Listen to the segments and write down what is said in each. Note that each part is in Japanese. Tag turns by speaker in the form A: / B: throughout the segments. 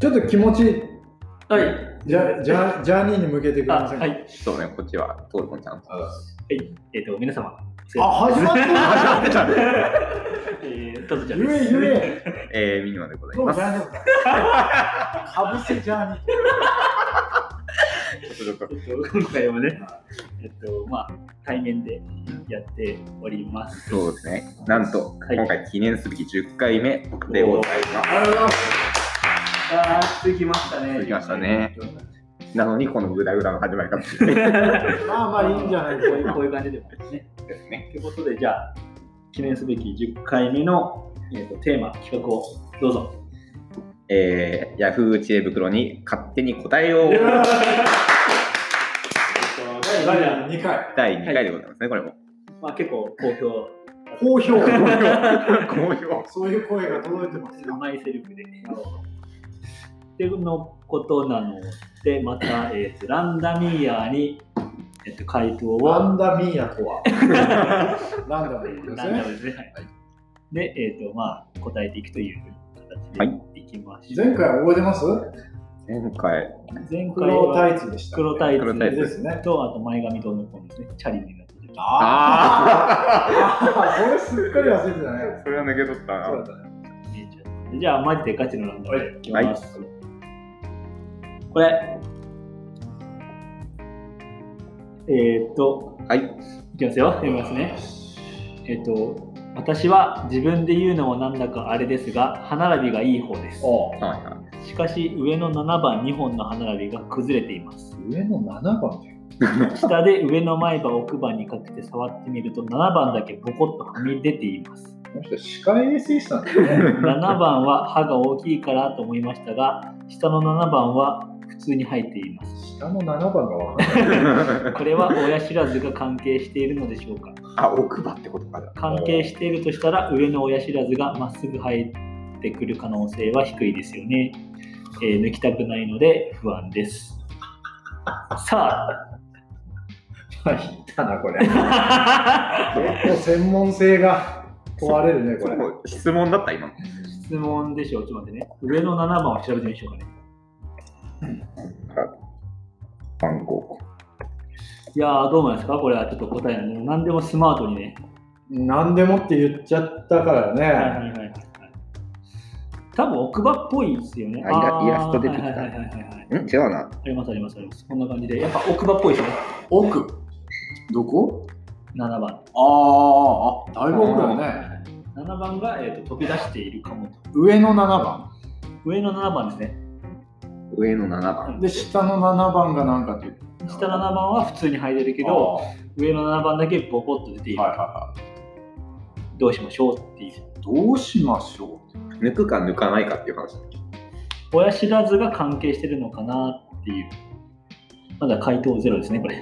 A: ちょっと気持ち、
B: はい。
A: じゃじゃジャーニーに向けてく
B: あ、
A: ださい。
B: は
A: あ、
B: い。
C: そうね、こっちは、トルコちゃんと。
B: えっ、と、皆様。
A: 始まった
C: あ、ちゃん
B: えー、タズちゃん
A: ゆ
B: で
A: え
B: す。
A: ゆえ、
C: えー、ミニマでござい
A: も
C: ま
A: う
C: す
A: ジ。ャーニーかぶせジャーニー。
C: ちょっとちょ
B: えっ
C: っと
B: と今回はね、えっと、まあ、対面でやっております。
C: そうですね。なんと、
B: はい
C: 今回記念すべき10回目でござ
A: あり
C: いま
A: がとうございます。
B: あー、続きましたね
C: 続きましたね。す。なのに、このグダグダの始まり方ですね。
A: まあまあいいんじゃない
B: こういうこういう感じでもね。
C: ですね
B: ということで、じゃあ、記念すべき10回目の、えっとテーマ、企画をどうぞ。
C: えー、ヤフー知恵袋に勝手に答えを
A: いや
B: 第
A: 第2回。
C: 第2回でございますね、これも。
B: まあ、結構好評、
A: 好評。
C: 好評。
A: そういう声が届いてますよ。
B: マイセルフで。っていうのことなので、また、えっとランダミーヤーに、えっと回答を。
A: ワンダミーヤとは。ランダムーです
B: なん
A: ね。
B: だろうですね。はい。で、えっ、と、まあ、答えていくという
C: は
B: 形でいきましょう。
A: 前回覚えてます
C: 前回、
B: 前回
A: 黒
B: は
A: タイツでした。
B: 黒タイ
C: 黒タイ
B: ツ
C: ツ
A: ですね。
B: と、あと前髪とのこのですね、チャリになってる。
A: ああ、 それすっかり忘れてたね。
C: それは抜け取った
A: そう
C: な。
A: だね。
B: じゃあ、マジでガチのランダムでいきます。これ、えっ、と、
C: はい。
B: いきますよ。読みますね。えっ、と、私は自分で言うのもなんだかあれですが、歯並びがいい方です。
A: おう
C: はいは
B: しかし上の7番2本の歯並びが崩れています
A: 上の7番で。
B: 下で上の前歯奥歯にかけて触ってみると7番だけボコッとはみ出ています
A: この人、歯科衛生士さんだね。
B: 7番は歯が大きいからと思いましたが下の7番は普通に生えています
A: 下の7番がわかんない。
C: い。
B: これは親知らずが関係しているのでしょうか
C: あ、奥歯ってことか。
B: 関係しているとしたら上の親知らずがまっすぐ生えてくる可能性は低いですよね、えー抜きたくないので不安ですさ
A: 入ったな、こ れ。結
B: あ
A: 構専門性が問われるね、これ。
C: そう質問だった、今の。
B: 質問でしょう、ちょっと待ってね。上の7番を調べてみましょうかね。
C: 番号。
B: いやー、どう思いますかこれはちょっと答えなんで、何でもスマートにね。
A: 何でもって言っちゃったからね。
B: はいはいはいはい。多分奥歯っぽいですよね。
C: あイラ
B: あー
C: イラスト出てきた
B: はいはいはいはいはい。
C: ん違うな。
B: ありますありますあります。こんな感じで、やっぱ奥歯っぽいですね。
A: 奥どこ
B: 7番。
A: あーあ、だいぶ奥だね。
B: 7番が、えー、と飛び出しているかもと。
A: 上の7番。
B: 上の7番ですね。
C: 上の7番。
A: で、下の7番が何かっていう
B: 下の7番は普通に生えてるけ
A: け
B: ど、
A: は
B: 上の7番だけボコッと出てい
A: い
B: る。
A: はいはい。
B: どうしましょうっていう。
A: どうしましょう
C: 抜くか抜かないかっていう話。
B: 親知らずが関係してるのかなっていう。まだ回答ゼロですね、これ。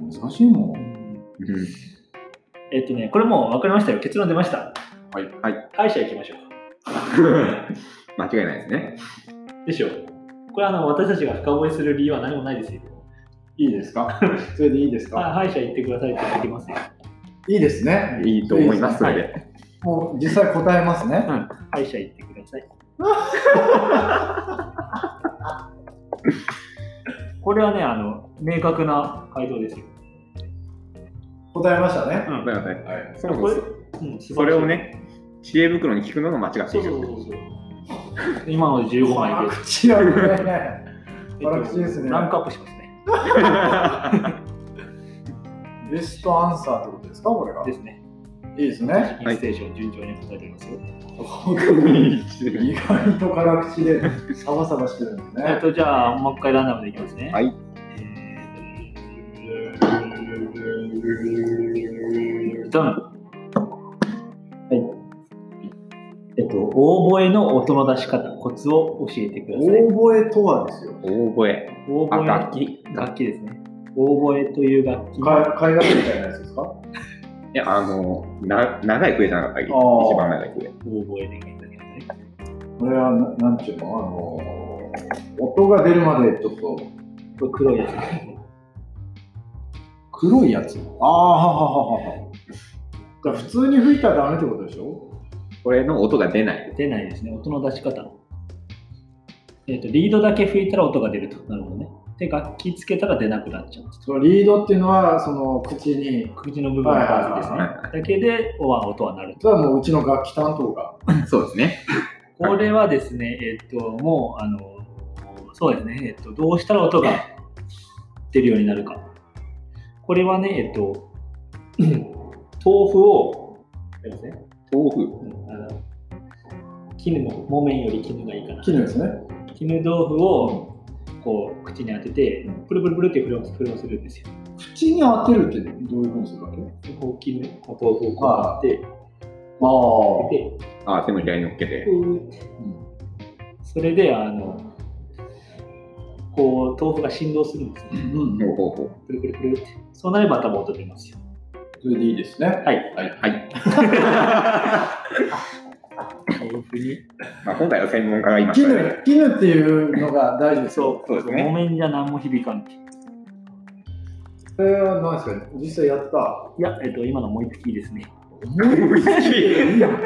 A: 難しいもん。
C: うん。
B: えっとね、これもう分かりましたよ。結論出ました。
C: はい。はい。
B: 歯医者行きましょ
C: 間違いないですね。
B: う。でしょ。これあの私たちが深追いする理由は何もないですよ。
A: いいですか それでいいです
B: は
A: か
B: 歯医者行ってくださいって言ってき ますよ。
A: いいですね。
C: いいと思いますの
A: いいで
C: で。
A: すねもう実際答えますね。
B: 歯医者行ってくだ さい。これはね、あの明確な回答ですよ。
A: 答えましたね。
C: ごめんなさい。
A: はい。
C: そもそ
B: う
C: も
B: ん、素晴らしい
C: それを。ね、知恵袋に聞くのが間違って
B: そ
C: いう
B: そう
C: る。
B: そうそう。今ので15枚で、
A: 口は上ね。
B: えっ
A: 辛口ですね
B: ランクアップしますね。
A: ベストアンサーってことですかこれが。
B: ですね。
A: いいですね。
B: インステーション順調に答えておりますよ。
A: 意外と辛口でサバサバしてるんで
B: えっ
A: ね。
B: と、じゃあ、もう一回ランダムでいきますね。
C: はい。
B: ドン。はい。えっと、大声の音の出し方、コツを教えてください。
A: 大声とはですよ。
C: 大声。
B: 大
C: あ、
B: 声
C: 楽器。
B: 楽器ですね。大声という楽器。
A: か海外みたいなやつですか
C: いや、あの、な長い笛じゃなかったっけ一
A: ー
C: 番長い笛。
B: 大声で検索してね。
A: これはな、なんちゅうのあのー、音が出るまでちょっと
B: これ黒いやつですね。
A: 黒いやつ。ああ、ははははは。だから普通に吹いたらダメってことでしょ
C: これの音が出ない。
B: 出ないですね。音の出し方。えっとリードだけ吹いたら音が出ると。なるほどね。で、楽器つけたら出なくなっちゃう。
A: そのリードっていうのは、その口に、
B: 口の部分の感じですね
C: はいはいはいは。
B: だけで、おは音はなると。
A: それはもううちの楽器担当が、
C: そうですね。
B: これはですね、えっと、もう、あの、そうですね、えっと、どうしたら音が出るようになるか。これはね、えっと、 豆腐を、そうですね、
C: 豆腐。
B: うんあの絹の、木綿より絹がいいかな。
A: 絹ですね。
B: 絹豆腐を、こう、口に当てて、プルプルプルって振る振るをするんですよ。
A: 口に当てるってどういうふうにするわけ
B: でこう絹、こう豆腐をこうやって、
A: あ
B: で、
C: あ、手のひらに乗っけて。
B: それであのこう豆腐が振動するんですね
A: うん、うん
C: ほうほう ほう。
B: くるくるくるってそうなれば多分音出ますよ
A: それでいいですね。
B: はい
C: はい。
B: 豆腐に
C: まあ、今回は専門家がいましたね。
A: 絹、絹っていうのが大事です。
B: そう
C: そうですね
B: 木綿じゃ何も響かんい
A: それは何ですかね実際やった。
B: や、えっと、今のもう一匹いいですね
C: 思いっきり
A: いやん。大丈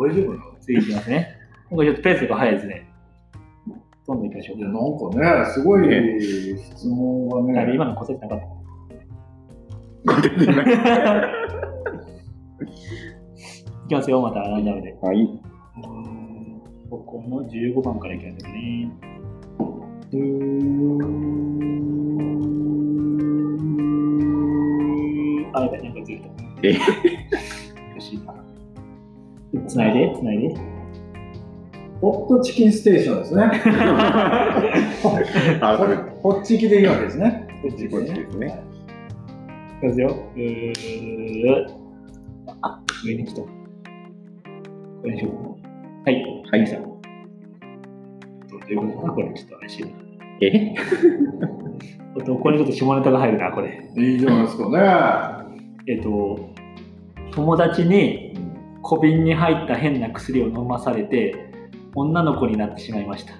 A: 夫なの
B: 次いきますね今回ちょっとペースが早いですねどんどんいきましょう
A: いや、なんかね、すごい質問が
B: だいぶ
A: ね。
B: 今の答えなかった いきますよまたラインナップで
C: はい。
B: ここの15番からいきますねあやばいなんかずれた
C: え
B: よしつないでつないで
A: ホットチキンステーションですね。
C: あ、
A: ホ
C: これ、
A: ッホッチキでいいわけですね。
B: こっち
C: こっちですね。
B: いきますよ。うーあ、上に来た。これにしよう。はい。
C: はい
B: さん。どういうことかなこれちょっと怪しいな。
C: え
B: あとこれちょっと下ネタが入るな、これ。
A: いいじゃないですかね。
B: えっ、と、友達に小瓶に入った変な薬を飲まされて、女の子になってしまいました。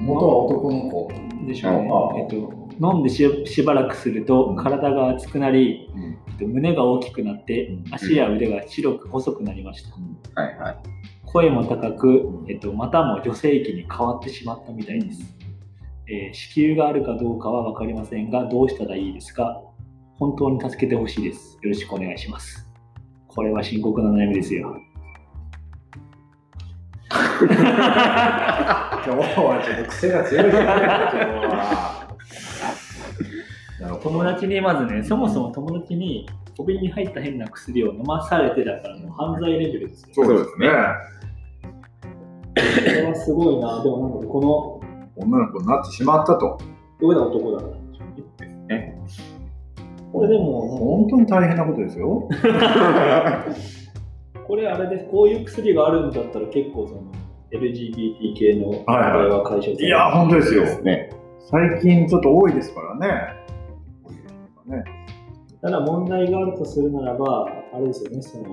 A: 元は男の子。
B: でしょうね
A: ああ。
B: えっ、と、飲んでししばらくすると体が熱くなり、えっと胸が大きくなって
A: うん
B: 足や腕が白く細くなりました。
C: はいはい。
B: 声も高く、えっと、またも女性器に変わってしまったみたいです、えー子宮があるかどうかは分かりませんがどうしたらいいですか本当に助けてほしいですよろしくお願いしますこれは深刻な悩みですよ
A: 今日はちょっと癖が強いですね、今日は。 なるほ
B: 友達にまずねそもそも友達に小瓶に入った変な薬を飲まされてだからもう犯罪レベルですよ
C: そうですね。
B: これはすごいなでもなんかこの
A: 女の子になってしまったと。
B: どういう男だろうこれでも
A: 本当に大変なことですよ。
B: これあれです、こういう薬があるんだったら結構その LGBT 系の問題
A: はいはい
B: は解消される
A: いや、本当ですよ。
C: ね。
A: 最近ちょっと多いですからね。
B: ただ問題があるとするならば、あれですよね、その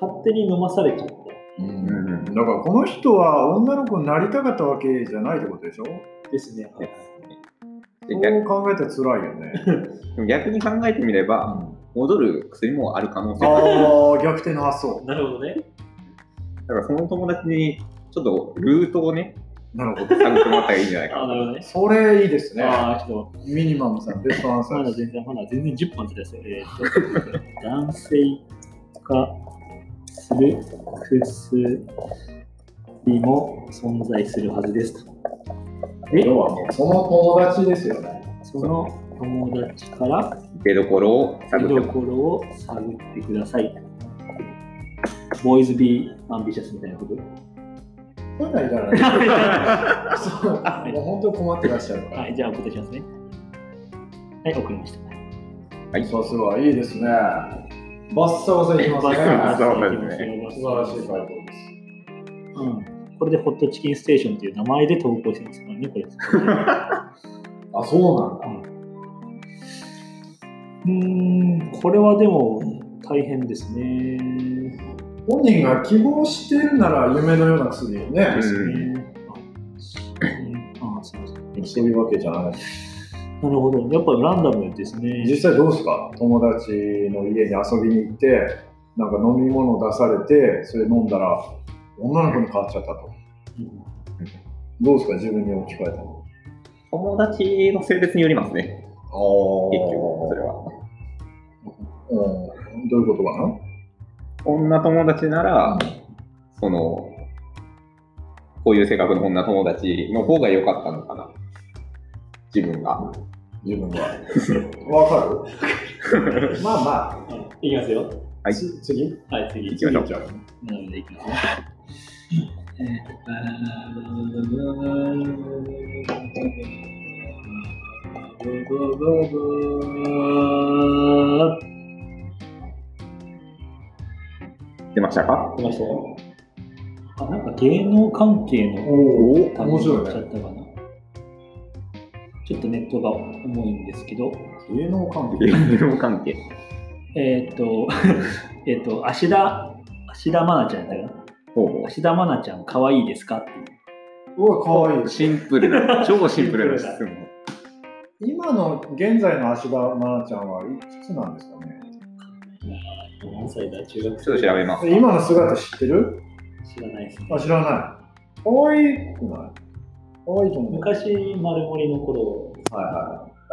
B: 勝手に飲まされちゃった。
A: うん
C: うん
A: だからこの人は女の子になりたかったわけじゃないってことでしょ
B: ですね。
A: そう考えたら辛いよね。
C: 逆逆に考えてみれ
A: あ
C: ば、戻る薬もある可能性がある。
A: あ、逆転の発想。
B: なるほどね。
C: だからその友達に、ちょっとルートをね、
A: なるほど。
C: 探ってもらったらいいんじゃないか
B: ああ、
C: な。
B: なるほどね。
A: それいいですね。
B: ああ、ちょっ
A: ミニマムさん、ベストアン
B: と、
A: サ
B: ま
A: ー
B: だ
A: です。
B: 全然、まだ全然10本ずつですよ。えーっと、男性化する薬も存在するはずですと。え
A: 要はもうその友達ですよね。
B: その友達から
C: 出どころを探
B: 見
C: って
B: ど
C: も
B: ころを探ってください。ボーイズ・ビー・アンビシャスみたいなこと
A: そういうのはいらない。
B: は
A: そうもう本当に困ってらっしゃるから。
B: い、じゃあお答えしますね。はい、送りました。
C: はい
A: さすが、いいですね。バッサバサいきますね。
C: サ
A: 素晴らしい回答です。
B: うん。これでホットチキンステーションという名前で投稿してますからね、これ。
A: あ、そうなんだ。
B: うーん、これはでも大変ですね。
A: 本人が希望してるなら夢のような薬よね。
C: うん
B: ねあ、あすいません。
A: そういうわけじゃない。
B: なるほど。やっぱりランダムですね。
A: 実際どうですか友達の家に遊びに行って、なんか飲み物出されて、それ飲んだら、女の子に変わっちゃったと。どうですか、自分に置き換えたの。
C: 友達の性別によります
A: あ
C: ね、
A: あ
C: 結局、それは。
A: うん、どういうことかな
C: 女友達なら、その、こういう性格の女友達の方が良かったのかな。自分が。
A: 自分は。わか るまあま
B: いきますよ。
A: あ、
C: はい
A: つ次
B: はい、次。
C: きましょう
A: 次ゃう
B: なのでいきますね。えー
C: 出ましたか
B: 出ましたよあなんか芸能関係の
A: おお、
B: 単語
A: 面白い
B: ちゃっ
A: ね。
B: たかな。ちょっとネットが重いんですけど、
A: 芸能関
C: 芸
A: 係。
C: 能関係。
B: えーっ、と、えーっ、と、芦田、芦田愛菜ちゃんだよ。
C: ほうほ。
B: 芦田愛菜ちゃん、可愛いですかっていう
A: うわ、かわいいう
C: シンプルな、 超シンプルな質問。
A: 今の現在の芦田愛菜ちゃんはいくつなんですかね
B: 何歳だ中学
C: ちょっと調べます。
A: 今の姿知ってる
B: 知らないですね
A: あ、知らない。かわいくないかわいいと思う。
B: 昔丸森の頃
A: はいはい。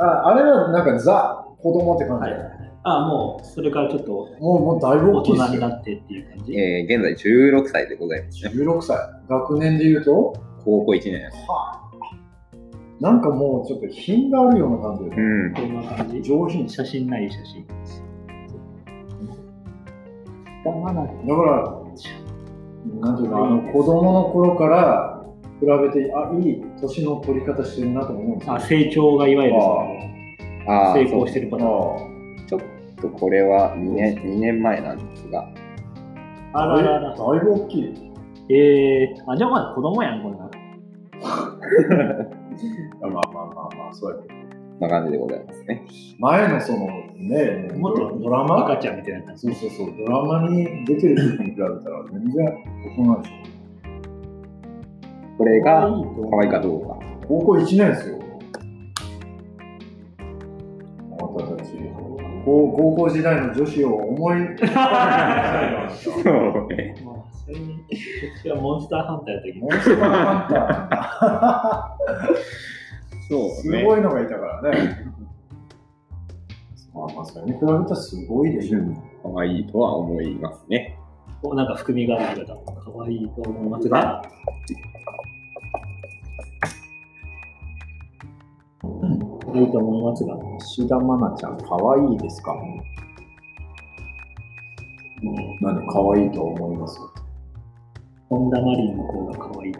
A: ああれはなんかザ子供って感じ、
B: はいあもうそれからちょっと
A: もうもうだいぶ
B: 大
A: 大きいで
B: 人
A: す
B: にな
A: よ。
B: ってっていう感じ、
C: えー現在16歳でございますね。
A: 16歳。学年で言うと、
C: 高校1年。
A: なんかもうちょっと品があるような感じで
C: う
A: す。
C: ん。
B: こんな感じ
A: 上品。
B: 写真ない写真
A: だから、なんていうか、あの子供の頃から比べて、あ、いい年の取り方してるなと思うんですよ。
B: あ成長がいわゆるその
C: ああ、
B: 成功し
C: そ
B: てるパターン
C: うちょっとこれは2年 ,2 年前なんですが、
B: あ
A: あ
B: ら
A: れ
B: ら
A: だ
B: ら
A: いぶ大きい。
B: えー、あじゃあまだ子供やんこんな
A: まあまあまあまあ、そうやけど
C: こんな感じでございますね。
A: 前のそのね、
B: もっと
A: ドラマ
B: 赤ちゃんみたいにな
A: そうそうそう、ドラマに出てる時に比べたら全然大人でしょ。
C: これ
B: 可
C: が
B: 愛いと
C: 可愛いかどうか。
A: 高校1年ですよ。私たち高高校時代の女子を思い浮かべてくださいよ。
C: そうね。
B: まあそれに私はモンスターハンターやった時
A: モンスターハンター。
C: そ
A: す
C: うね。
A: ごいのがいたからね。 まあまあ、それに比べたらすごいでしょ。
C: 可愛いとは思いますね。
B: おなんか含みがある方可愛いと思いますが可愛いと思いますが
A: 石田愛菜ちゃん、可愛いですかなんで可愛いと思います
B: 本田マリンの方が可愛い。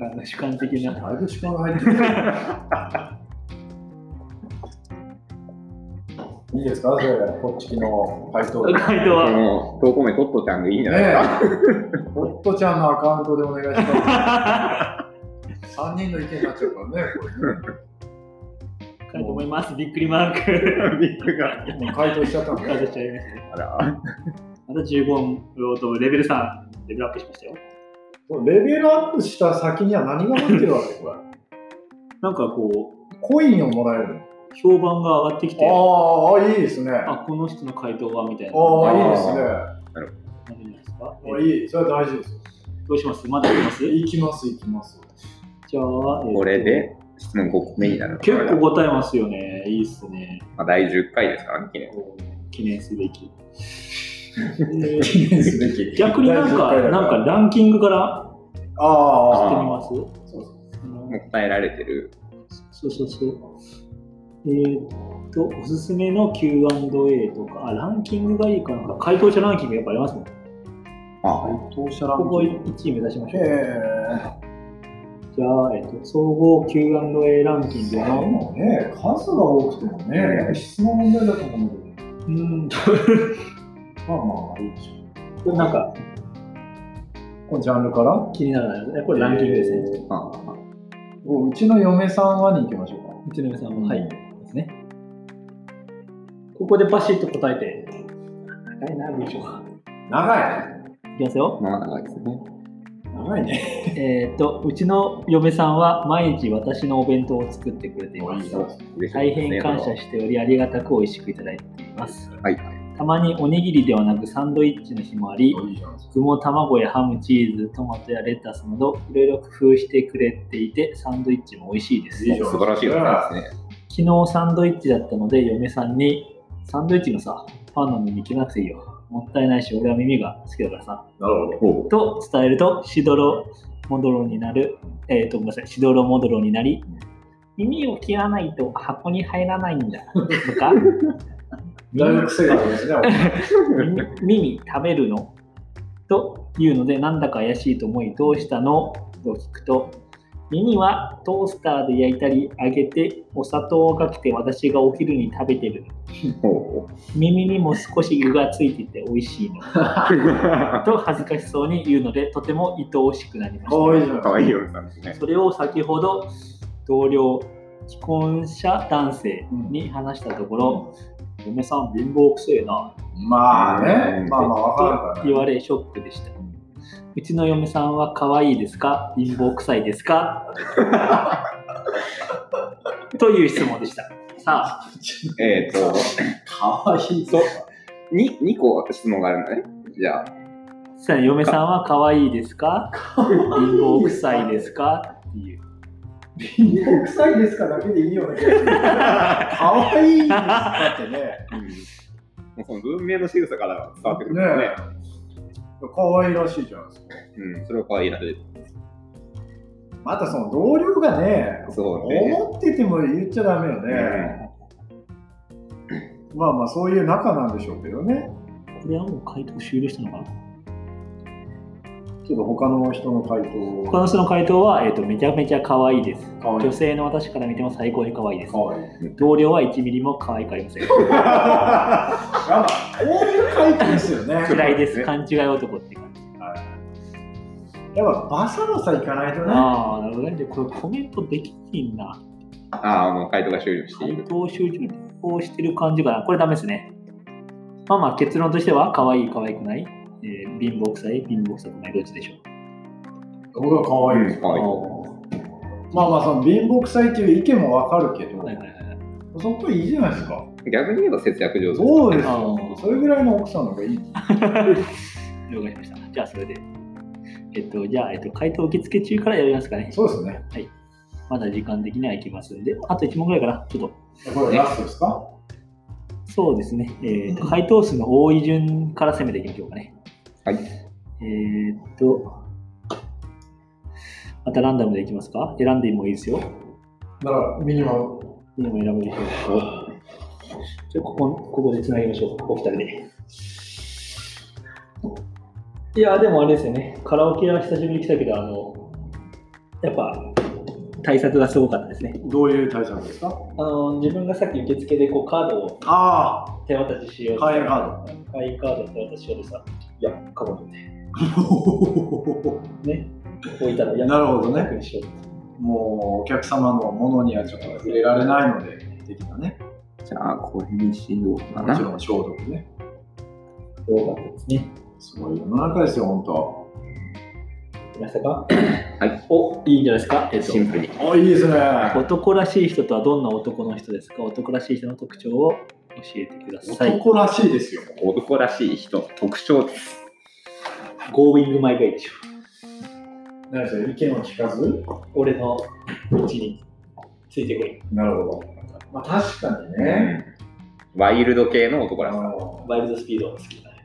B: あの主観的な。
A: だいぶ時間が入ってる。 いいですかそれ、こっちの回答。ね
B: 回答
C: こ
B: は。
C: の投稿名トットちゃんでいいんじゃないですか、
A: え、ホットちゃんのアカウントでお願いし ま
B: か
A: す。3人の意見になっちゃう からね、これね。
B: と思います。びっくりマーク。
C: ビッグが。
A: もう回答しちゃったん
B: 解
A: で。
B: 除しちゃいましたね
C: あら、
B: また15音ロードレベル3、レベルアップしましたよ。
A: レベルアップした先には何が待ってるわけこれ。
B: なんかこう、
A: コインをもらえる
B: 評判が上がってきて、
A: の。ああ、いいですね。あ
B: あ、この人の回答はみたいな。
A: あ、いいですね。
B: なるんじゃないですか
A: あいい。それは大事ですよ。
B: どうしますまだいきます
A: 行きます、行きます。
B: じゃあ、えっと
C: これで質問5個目になるのかな
B: 結構答えますよね。いいっすね。
C: まあ、第10回ですからね、記念。
B: 記念すべ き。
A: 記念すべき。
B: 逆になん
A: 大丈夫
B: か、
A: だ
B: なんかランキングから
A: あ
B: し
A: あ、
B: てみます
A: そう
B: あの
C: もう答えられてる。
B: そうそうそう。えーっと、おすすめの Q&A とか、あ、ランキングがいいかなんか、回答者ランキングやっぱありますもん。こ
C: あ
A: 回答者ラン
B: こ
A: キング。
B: 1位目指しましょう。
A: え
B: じゃあ、えーっと、総合 Q&A ランキン
A: え
B: グ
A: で
B: の、
A: もね、数が多くてもね、質問問題だと思うんだけ
B: うーんと、
A: ど、まあまあ、いいでしょ
B: なんか
A: う。このジャンルから
B: 気になるな。えこれランキングですね。
A: ね。
C: ああ
A: うちの嫁さんはに行きましょうか。
B: うちの皆さんは、はい、ですね。ここでバシッと答えて、長いな、文章が。
A: 長いね。
B: いきますよ。
C: まあ長いですね。
A: 長いね。
B: えーっと、うちの嫁さんは毎日私のお弁当を作ってくれています。
C: 嬉しい
B: 大
C: ですね
B: 変感謝しており、ありがたく美味しくいただいています。
C: はいはい。
B: たまにおにぎりではなくサンドイッチの日もあり、
A: いいじゃん。
B: 具も卵やハム、チーズ、トマトやレタスなど、いろいろ工夫してくれていて、サンドイッチも美味しいです。
A: いいじゃん
C: 素晴らしい方ですね。
B: 昨日サンドイッチだったので、嫁さんに、サンドイッチのさ、パンなのに行けなくていいよ。もったいないし、俺は耳が好きだからさ。
A: なるほど。
C: おう
B: と伝えると、しどろもどろになる、えー、と、ごめんなさい、しどろもどろになり、耳を切らないと箱に入らないんだとか、
A: だいぶ癖がありますね。
B: 耳耳食べるのというので、なんだか怪しいと思い、どうしたのと聞くと、耳はトースターで焼いたり揚げて、お砂糖をかけて私がお昼に食べてる。
C: おう
B: 耳にも少し具がついていて美味しい の。と恥ずかしそうに言うので、とても愛おしくなりました。
A: かわいいじゃん。
C: 可愛い嫁さんですね。
B: それを先ほど同僚既婚者男性に話したところ、嫁さん貧乏くせえな
A: まあね
C: う。ん
A: まあまあ、わか
B: と
A: る
B: 言
A: か
B: われショックでした、うちの嫁さんは可愛いですか貧乏くさいで すかという質問でしたさあ
C: えっと、
A: ら。かわいい。
C: そう。に2個質問があるのね。じゃあ、
B: さあ嫁さんは可愛いで すか貧乏くさいですかっていう
A: 貧乏くさいですかだけでいいよね。かわいいですかってね。
C: もうその文明の仕草から伝わってくる
A: ね
C: からね。
A: え。かわいらしいじゃないですか。
C: うん、それは可愛いなで。
A: またその同僚がね、
C: そうね。
A: 思ってても言っちゃダメよね。まあまあ、そういう仲なんでしょうけどね。
B: これはもう回答終了したのかな
A: ちょっと他の人の回
B: 他
A: 答
B: の人の回答は、えー、とめちゃめちゃ可愛いです
A: かわいい
B: 女。性の私から見ても最高に可愛いです
A: かわいい。
B: 同僚は1ミリも可愛くありません。
A: やばい。こういう回答ですよね。 やっ
B: 嫌いです。勘違い男って感じ。
A: ぱバサバサいかないとね。
B: ああ、なるほどね。で、これコメントできてんな。
C: ああ、もう回答が終了してい
B: 回
C: る。
B: 答集中こうしてる感じかな。これダメですね。まあまあ結論としては、可愛い可愛くない。えー貧乏くさい、貧乏くさくない、どっちでしょう。
A: 僕は可愛いです
C: うん可愛い
A: まあまあ、その貧乏くさいという意見もわかるけど、
B: はいはいはい。
A: そこいいじゃないですか。
C: 逆に言えば節約上手。
A: そうです
B: あ
A: よ。
B: ー
A: それぐらいの奥さんの方がいい。
B: 了解しました。じゃあそれで。えっと、じゃあ、えっと、回答受付中からやりますかね。
A: そうですね。
B: まだ時間的にはいきますんで、あと1問ぐらいかな。ちょっと。
A: これラストですか
B: そうですね、えーと回答数の多い順から攻めていきましょうかね。
C: はい
B: えーっと、またランダムでいきますか選んでもいいですよ。
A: だから、ミニマム。
B: 今選ぶでしょう。じゃあここ、ここでつなぎましょう。お二人で。いや、でもあれですよね。カラオケは久しぶりに来たけど、あの、やっぱ、対策がすごかったですね。
A: どういう対策ですか
B: あの、自分がさっき受付でこうカードを
A: ああ、
B: 手渡ししようと
A: 会員カー
B: 会員カードって私よりさ、いや、過去にね、
A: ド。
B: ね、置いたら、いや、
A: なるほどね
B: 楽にしようって
A: もうお客様のものにはちょっと触れられないので、的なね。
C: じゃあ、これにしようか
A: も
C: な。
A: ち。ろん消毒ね。
B: よかったですね。
A: すごい世の中ですよ、本当。
B: ましたかはいお、いいんじゃないですか。えっと
C: シンプルに。
A: あ、いいですね。
B: 男らしい人とはどんな男の人ですか男らしい人の特徴を教えてください。
A: 男らしいですよ。
C: 男らしい人、特徴です。
B: ゴーイングマイガイでしょ。
A: なるほど、意見を聞かず。
B: 俺の道についてこい。
A: なるほど。まあ、確かにね。
C: うんワイルド系の男
A: あ
C: らしさ。
A: の
B: ワイルドスピードが好きだね。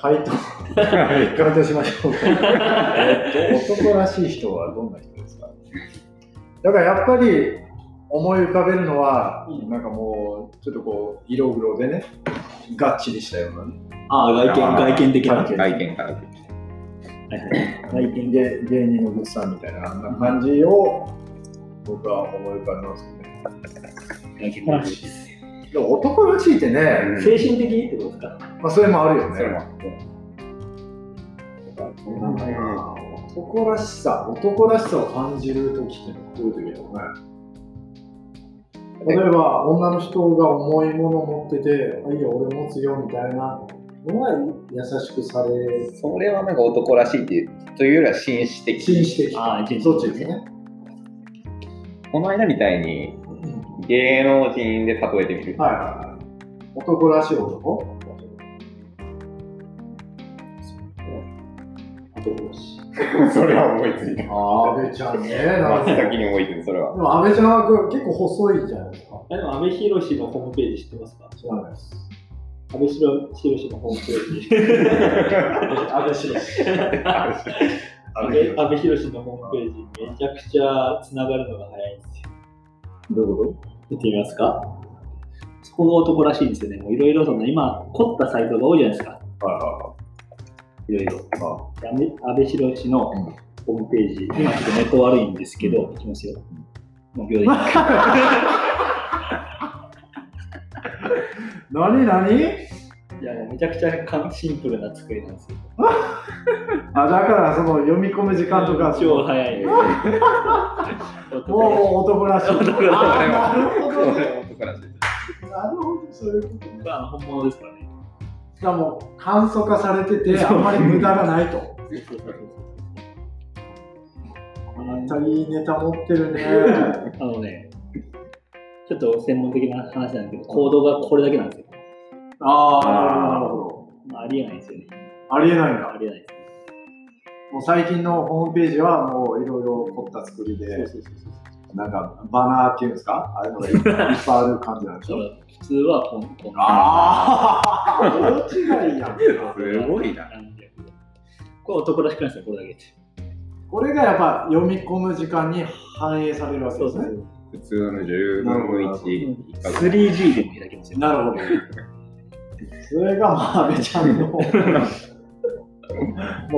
A: 回答、回答しましょうか。えっと男らしい人はどんな人ですかだからやっぱり思い浮かべるのは、
B: うん
A: なんかもう、ちょっとこう、色黒でね、がっちりしたようなね。
B: ああ、外見、
C: あー
B: 外見的な。
A: 外見
C: 外見から。
B: はいはい
A: 外見芸芸人のグッズさんみたいなあんな感じを僕は思い浮かべますけどね。
B: 外見らしいです。
A: でも男らしいってね、
C: うん
B: 精神的ってことですか
A: まあそれもあるよ
C: それ
A: ね。
C: もあって
A: なんかな男らしさ、男らしさを感じるときってどういう時だろうね。例えば、女の人が重いもの持ってて、あいいよ、俺持つよみたいなのは優しくされる。
C: それはなんか男らしいっていうというよりは紳士的。
A: 紳士的。
B: ああ、ジェン
A: そっちですね。
C: この間みたいに芸能人で例えてみる。
A: は男らしい男
B: 男だし。
C: それは思いついた。
A: 阿部ちゃんね。な
C: 真
A: ん
C: っ
A: か
C: 先に思いついた、それは。
A: でも阿部ちゃんは結構細いじゃないですか。
B: あでも、阿部寛のホームページ知ってますか
A: 知らないです。
B: 阿部寛のホームページ。
A: 阿部氏です。
B: 阿部阿部寛のホームページ、めちゃくちゃつながるのが早いんですよ。
C: どういうこ
B: 見てみますかそこが男らしいんですよね。もういろいろその、今、凝ったサイトが多いじゃないですか。
C: とはいはい
B: ろいろ。
C: いは
B: 安倍安倍博氏の
C: う
B: ホ
C: ん
B: ームページ、今ちょっとネット悪いんですけど、いきますよ。もう秒でいきます
A: 何何
B: いや、もうめちゃくちゃ簡シンプルな作りなんですよ。
A: あだからその読み込む時間とか、
B: 超 早い。
A: もう男らし い。
B: 男ら
A: あ
B: しい
A: なるほど。
C: これは男らしい。
A: なるほど、そういうことね。
B: まあ本物ですからね。
A: しかも、簡素化されてて、あんまり無駄がないと。またいいネタ持ってるね。
B: あのね、ちょっと専門的な話なんですけど、行動がこれだけなんですよ。
A: ああ、なるほど。
B: まあ、ありえないですよね。
A: ありえないんだ
B: あ。りえないですね。
A: もう最近のホームページはもういろいろ凝った作りで、
B: そうそうそう
A: なんかバナーっていうんですかああいうのがいっぱいある感じなんでし
B: そ
A: ょ
B: う。だから普通はポンポン。
A: ああ 大違いやんか
C: すごいな。
B: なんてうのこれ男らしくないですよ、これだけって。
A: これがやっぱ読み込む時間に反映されるわけですね。
C: 普通の10分の1以下ぐらい
B: 3G でも開けますよ。
A: なるほど。それがまあ阿部ちゃんのも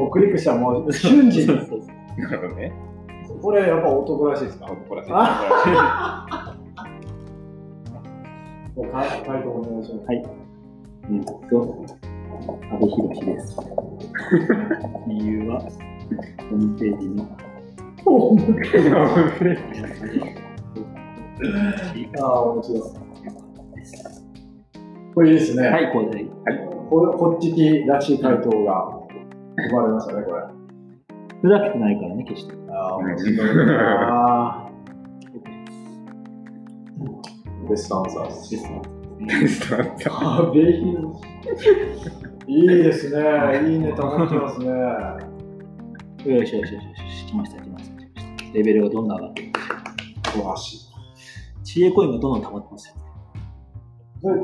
A: うクリックしたらもう瞬時
B: そう
A: に。
B: そうそう
C: なるほどね。
A: これやっぱ男らしいですか
C: 男らしい。
A: もう回答お願いします。
B: えっと、阿部寛です。理由は、ホームページの
A: ああ、面白い。これいいですね。
B: は
A: はい、
B: い、こうで。
A: これこっちきらしい回答が生まれましたね、これ。
B: ふざけてないからね、決して。
A: ああ、
C: 面
A: 面
C: 白
A: 白
C: い
A: い
C: な
A: な。ベストアンサーです。
B: です
C: テストだった
A: あ、ベイヒル。いいですね。いいネタ持ってますね。
B: よしよしよしよし、来ました、来ました、来ました。レベルがどんどん上がってる。
A: 素晴らしい。
B: 知恵コインがどんどん溜まってますよ。
A: それ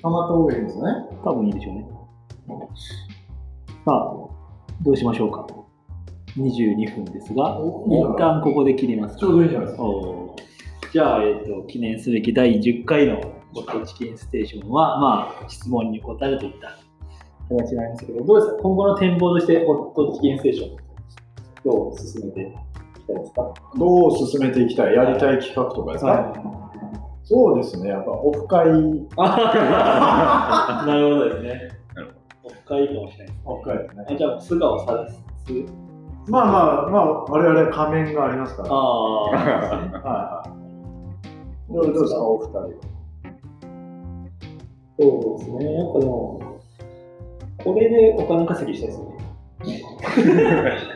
A: たまった方がいいんですね。
B: 多分いいでしょうね。さあ、どうしましょうか。22分ですが、一
A: ち
B: 旦ここで切りますか。
A: ょうどいいじゃないですか。
B: おーじゃあ、えっと、記念すべき第10回のホットチキンステーションは、まあ、質問に答えるといった形なんですけど、どうですか今後の展望として、ホットチキンステーション、どう進めていきたいですか
A: どう進めていきたいやりたい企画とかですか、そうですね。やっぱオフ会、
B: あなるほどですね。
C: なる
B: ほど。深いかもしれない。
A: オフ会です
B: あ
A: ね。
B: じゃあ、素顔を探す。
A: まあまあまあ、我々仮面がありますから。はい
B: あ
A: はい。どうどうですか、お二人は。
B: そうですね。やっぱでも、これでお金稼ぎしたいですよね。
C: 率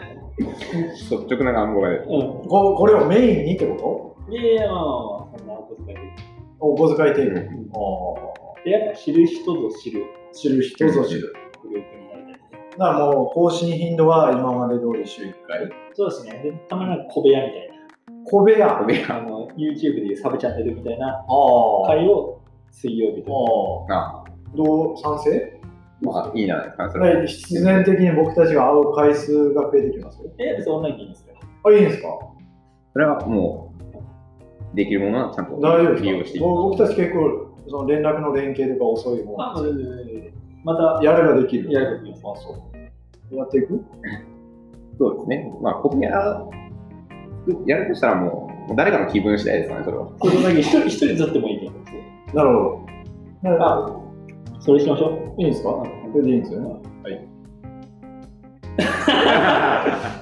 C: 直な願望が出て
B: う
A: ここれをメインにってこと
B: ん。いやいや、まあまあまあ、そんなことかで。
A: お小遣い程度。
C: る。
A: あ
B: で、やっぱ知る人ぞ知る
A: あ知る人ぞ知る。
B: グループになりたいですね。
A: だからもう更新頻度は今まで通り週1回。
B: そうですね。で、たまになんか小部屋みたい
A: 小部屋。あ
C: 飛び
B: な、あの、YouTube でいうサブチャンネルみたいな
A: あ。
B: 会を水曜日と
A: ああ。
C: な
A: どう賛成
C: まあ、いいな、感想。
A: はい必然的に僕たちが会う回数が増えてきますよ。
B: か。え、別にオンラインでいいんですよ。
A: あ、いいんですか
C: それはもう、できるものはちゃんと
A: 大丈夫
C: 利用
A: で
C: し
A: す
C: てい
A: か
C: く。
A: もう僕たち結構その連絡の連携とか遅いも
B: あ、
A: ん。
B: 全然全然。また、
A: やればできる。
B: やればできる
A: あ、そう。やっていく
C: そうですね。まあ、コピア、やるとしたらもう、もう誰かの気分次第ですかね、それは。
B: これだけ一人、一人ずってもいいと思うんですよ。
A: なるほど。なるほど
B: それしましょ
A: いいんですかこれでいいんですよね。
B: う。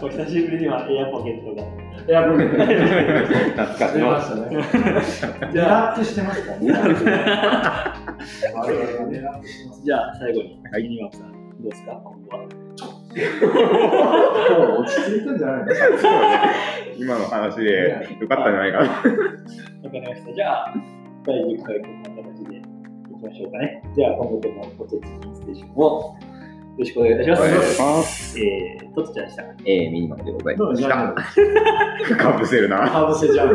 B: お久しぶりにはエアポケットが。
A: いや、僕、
C: 懐かしい。
A: ましたね。狙ってしてますからね。我々が狙ってしてます。
B: じゃあ最後に、ユニバーさん、どうですか今後は。
A: もう落ち着いたんじゃないの
C: そうね今の話でよかったんじゃないかな。
B: わかりました。じゃあ、第10回こんな形でいききましょうかね。じゃあ、今後ともポテチンステーションをよろしくお願いいたしま
C: お願いし
B: す。
C: ます。
B: えー、とつちゃんでした。
C: えー、ミニマムでござい
A: どう
C: ま
A: もじ
C: し
A: ゃ
C: た。
A: あ、
C: かぶせるな。
A: ハーブセジャン。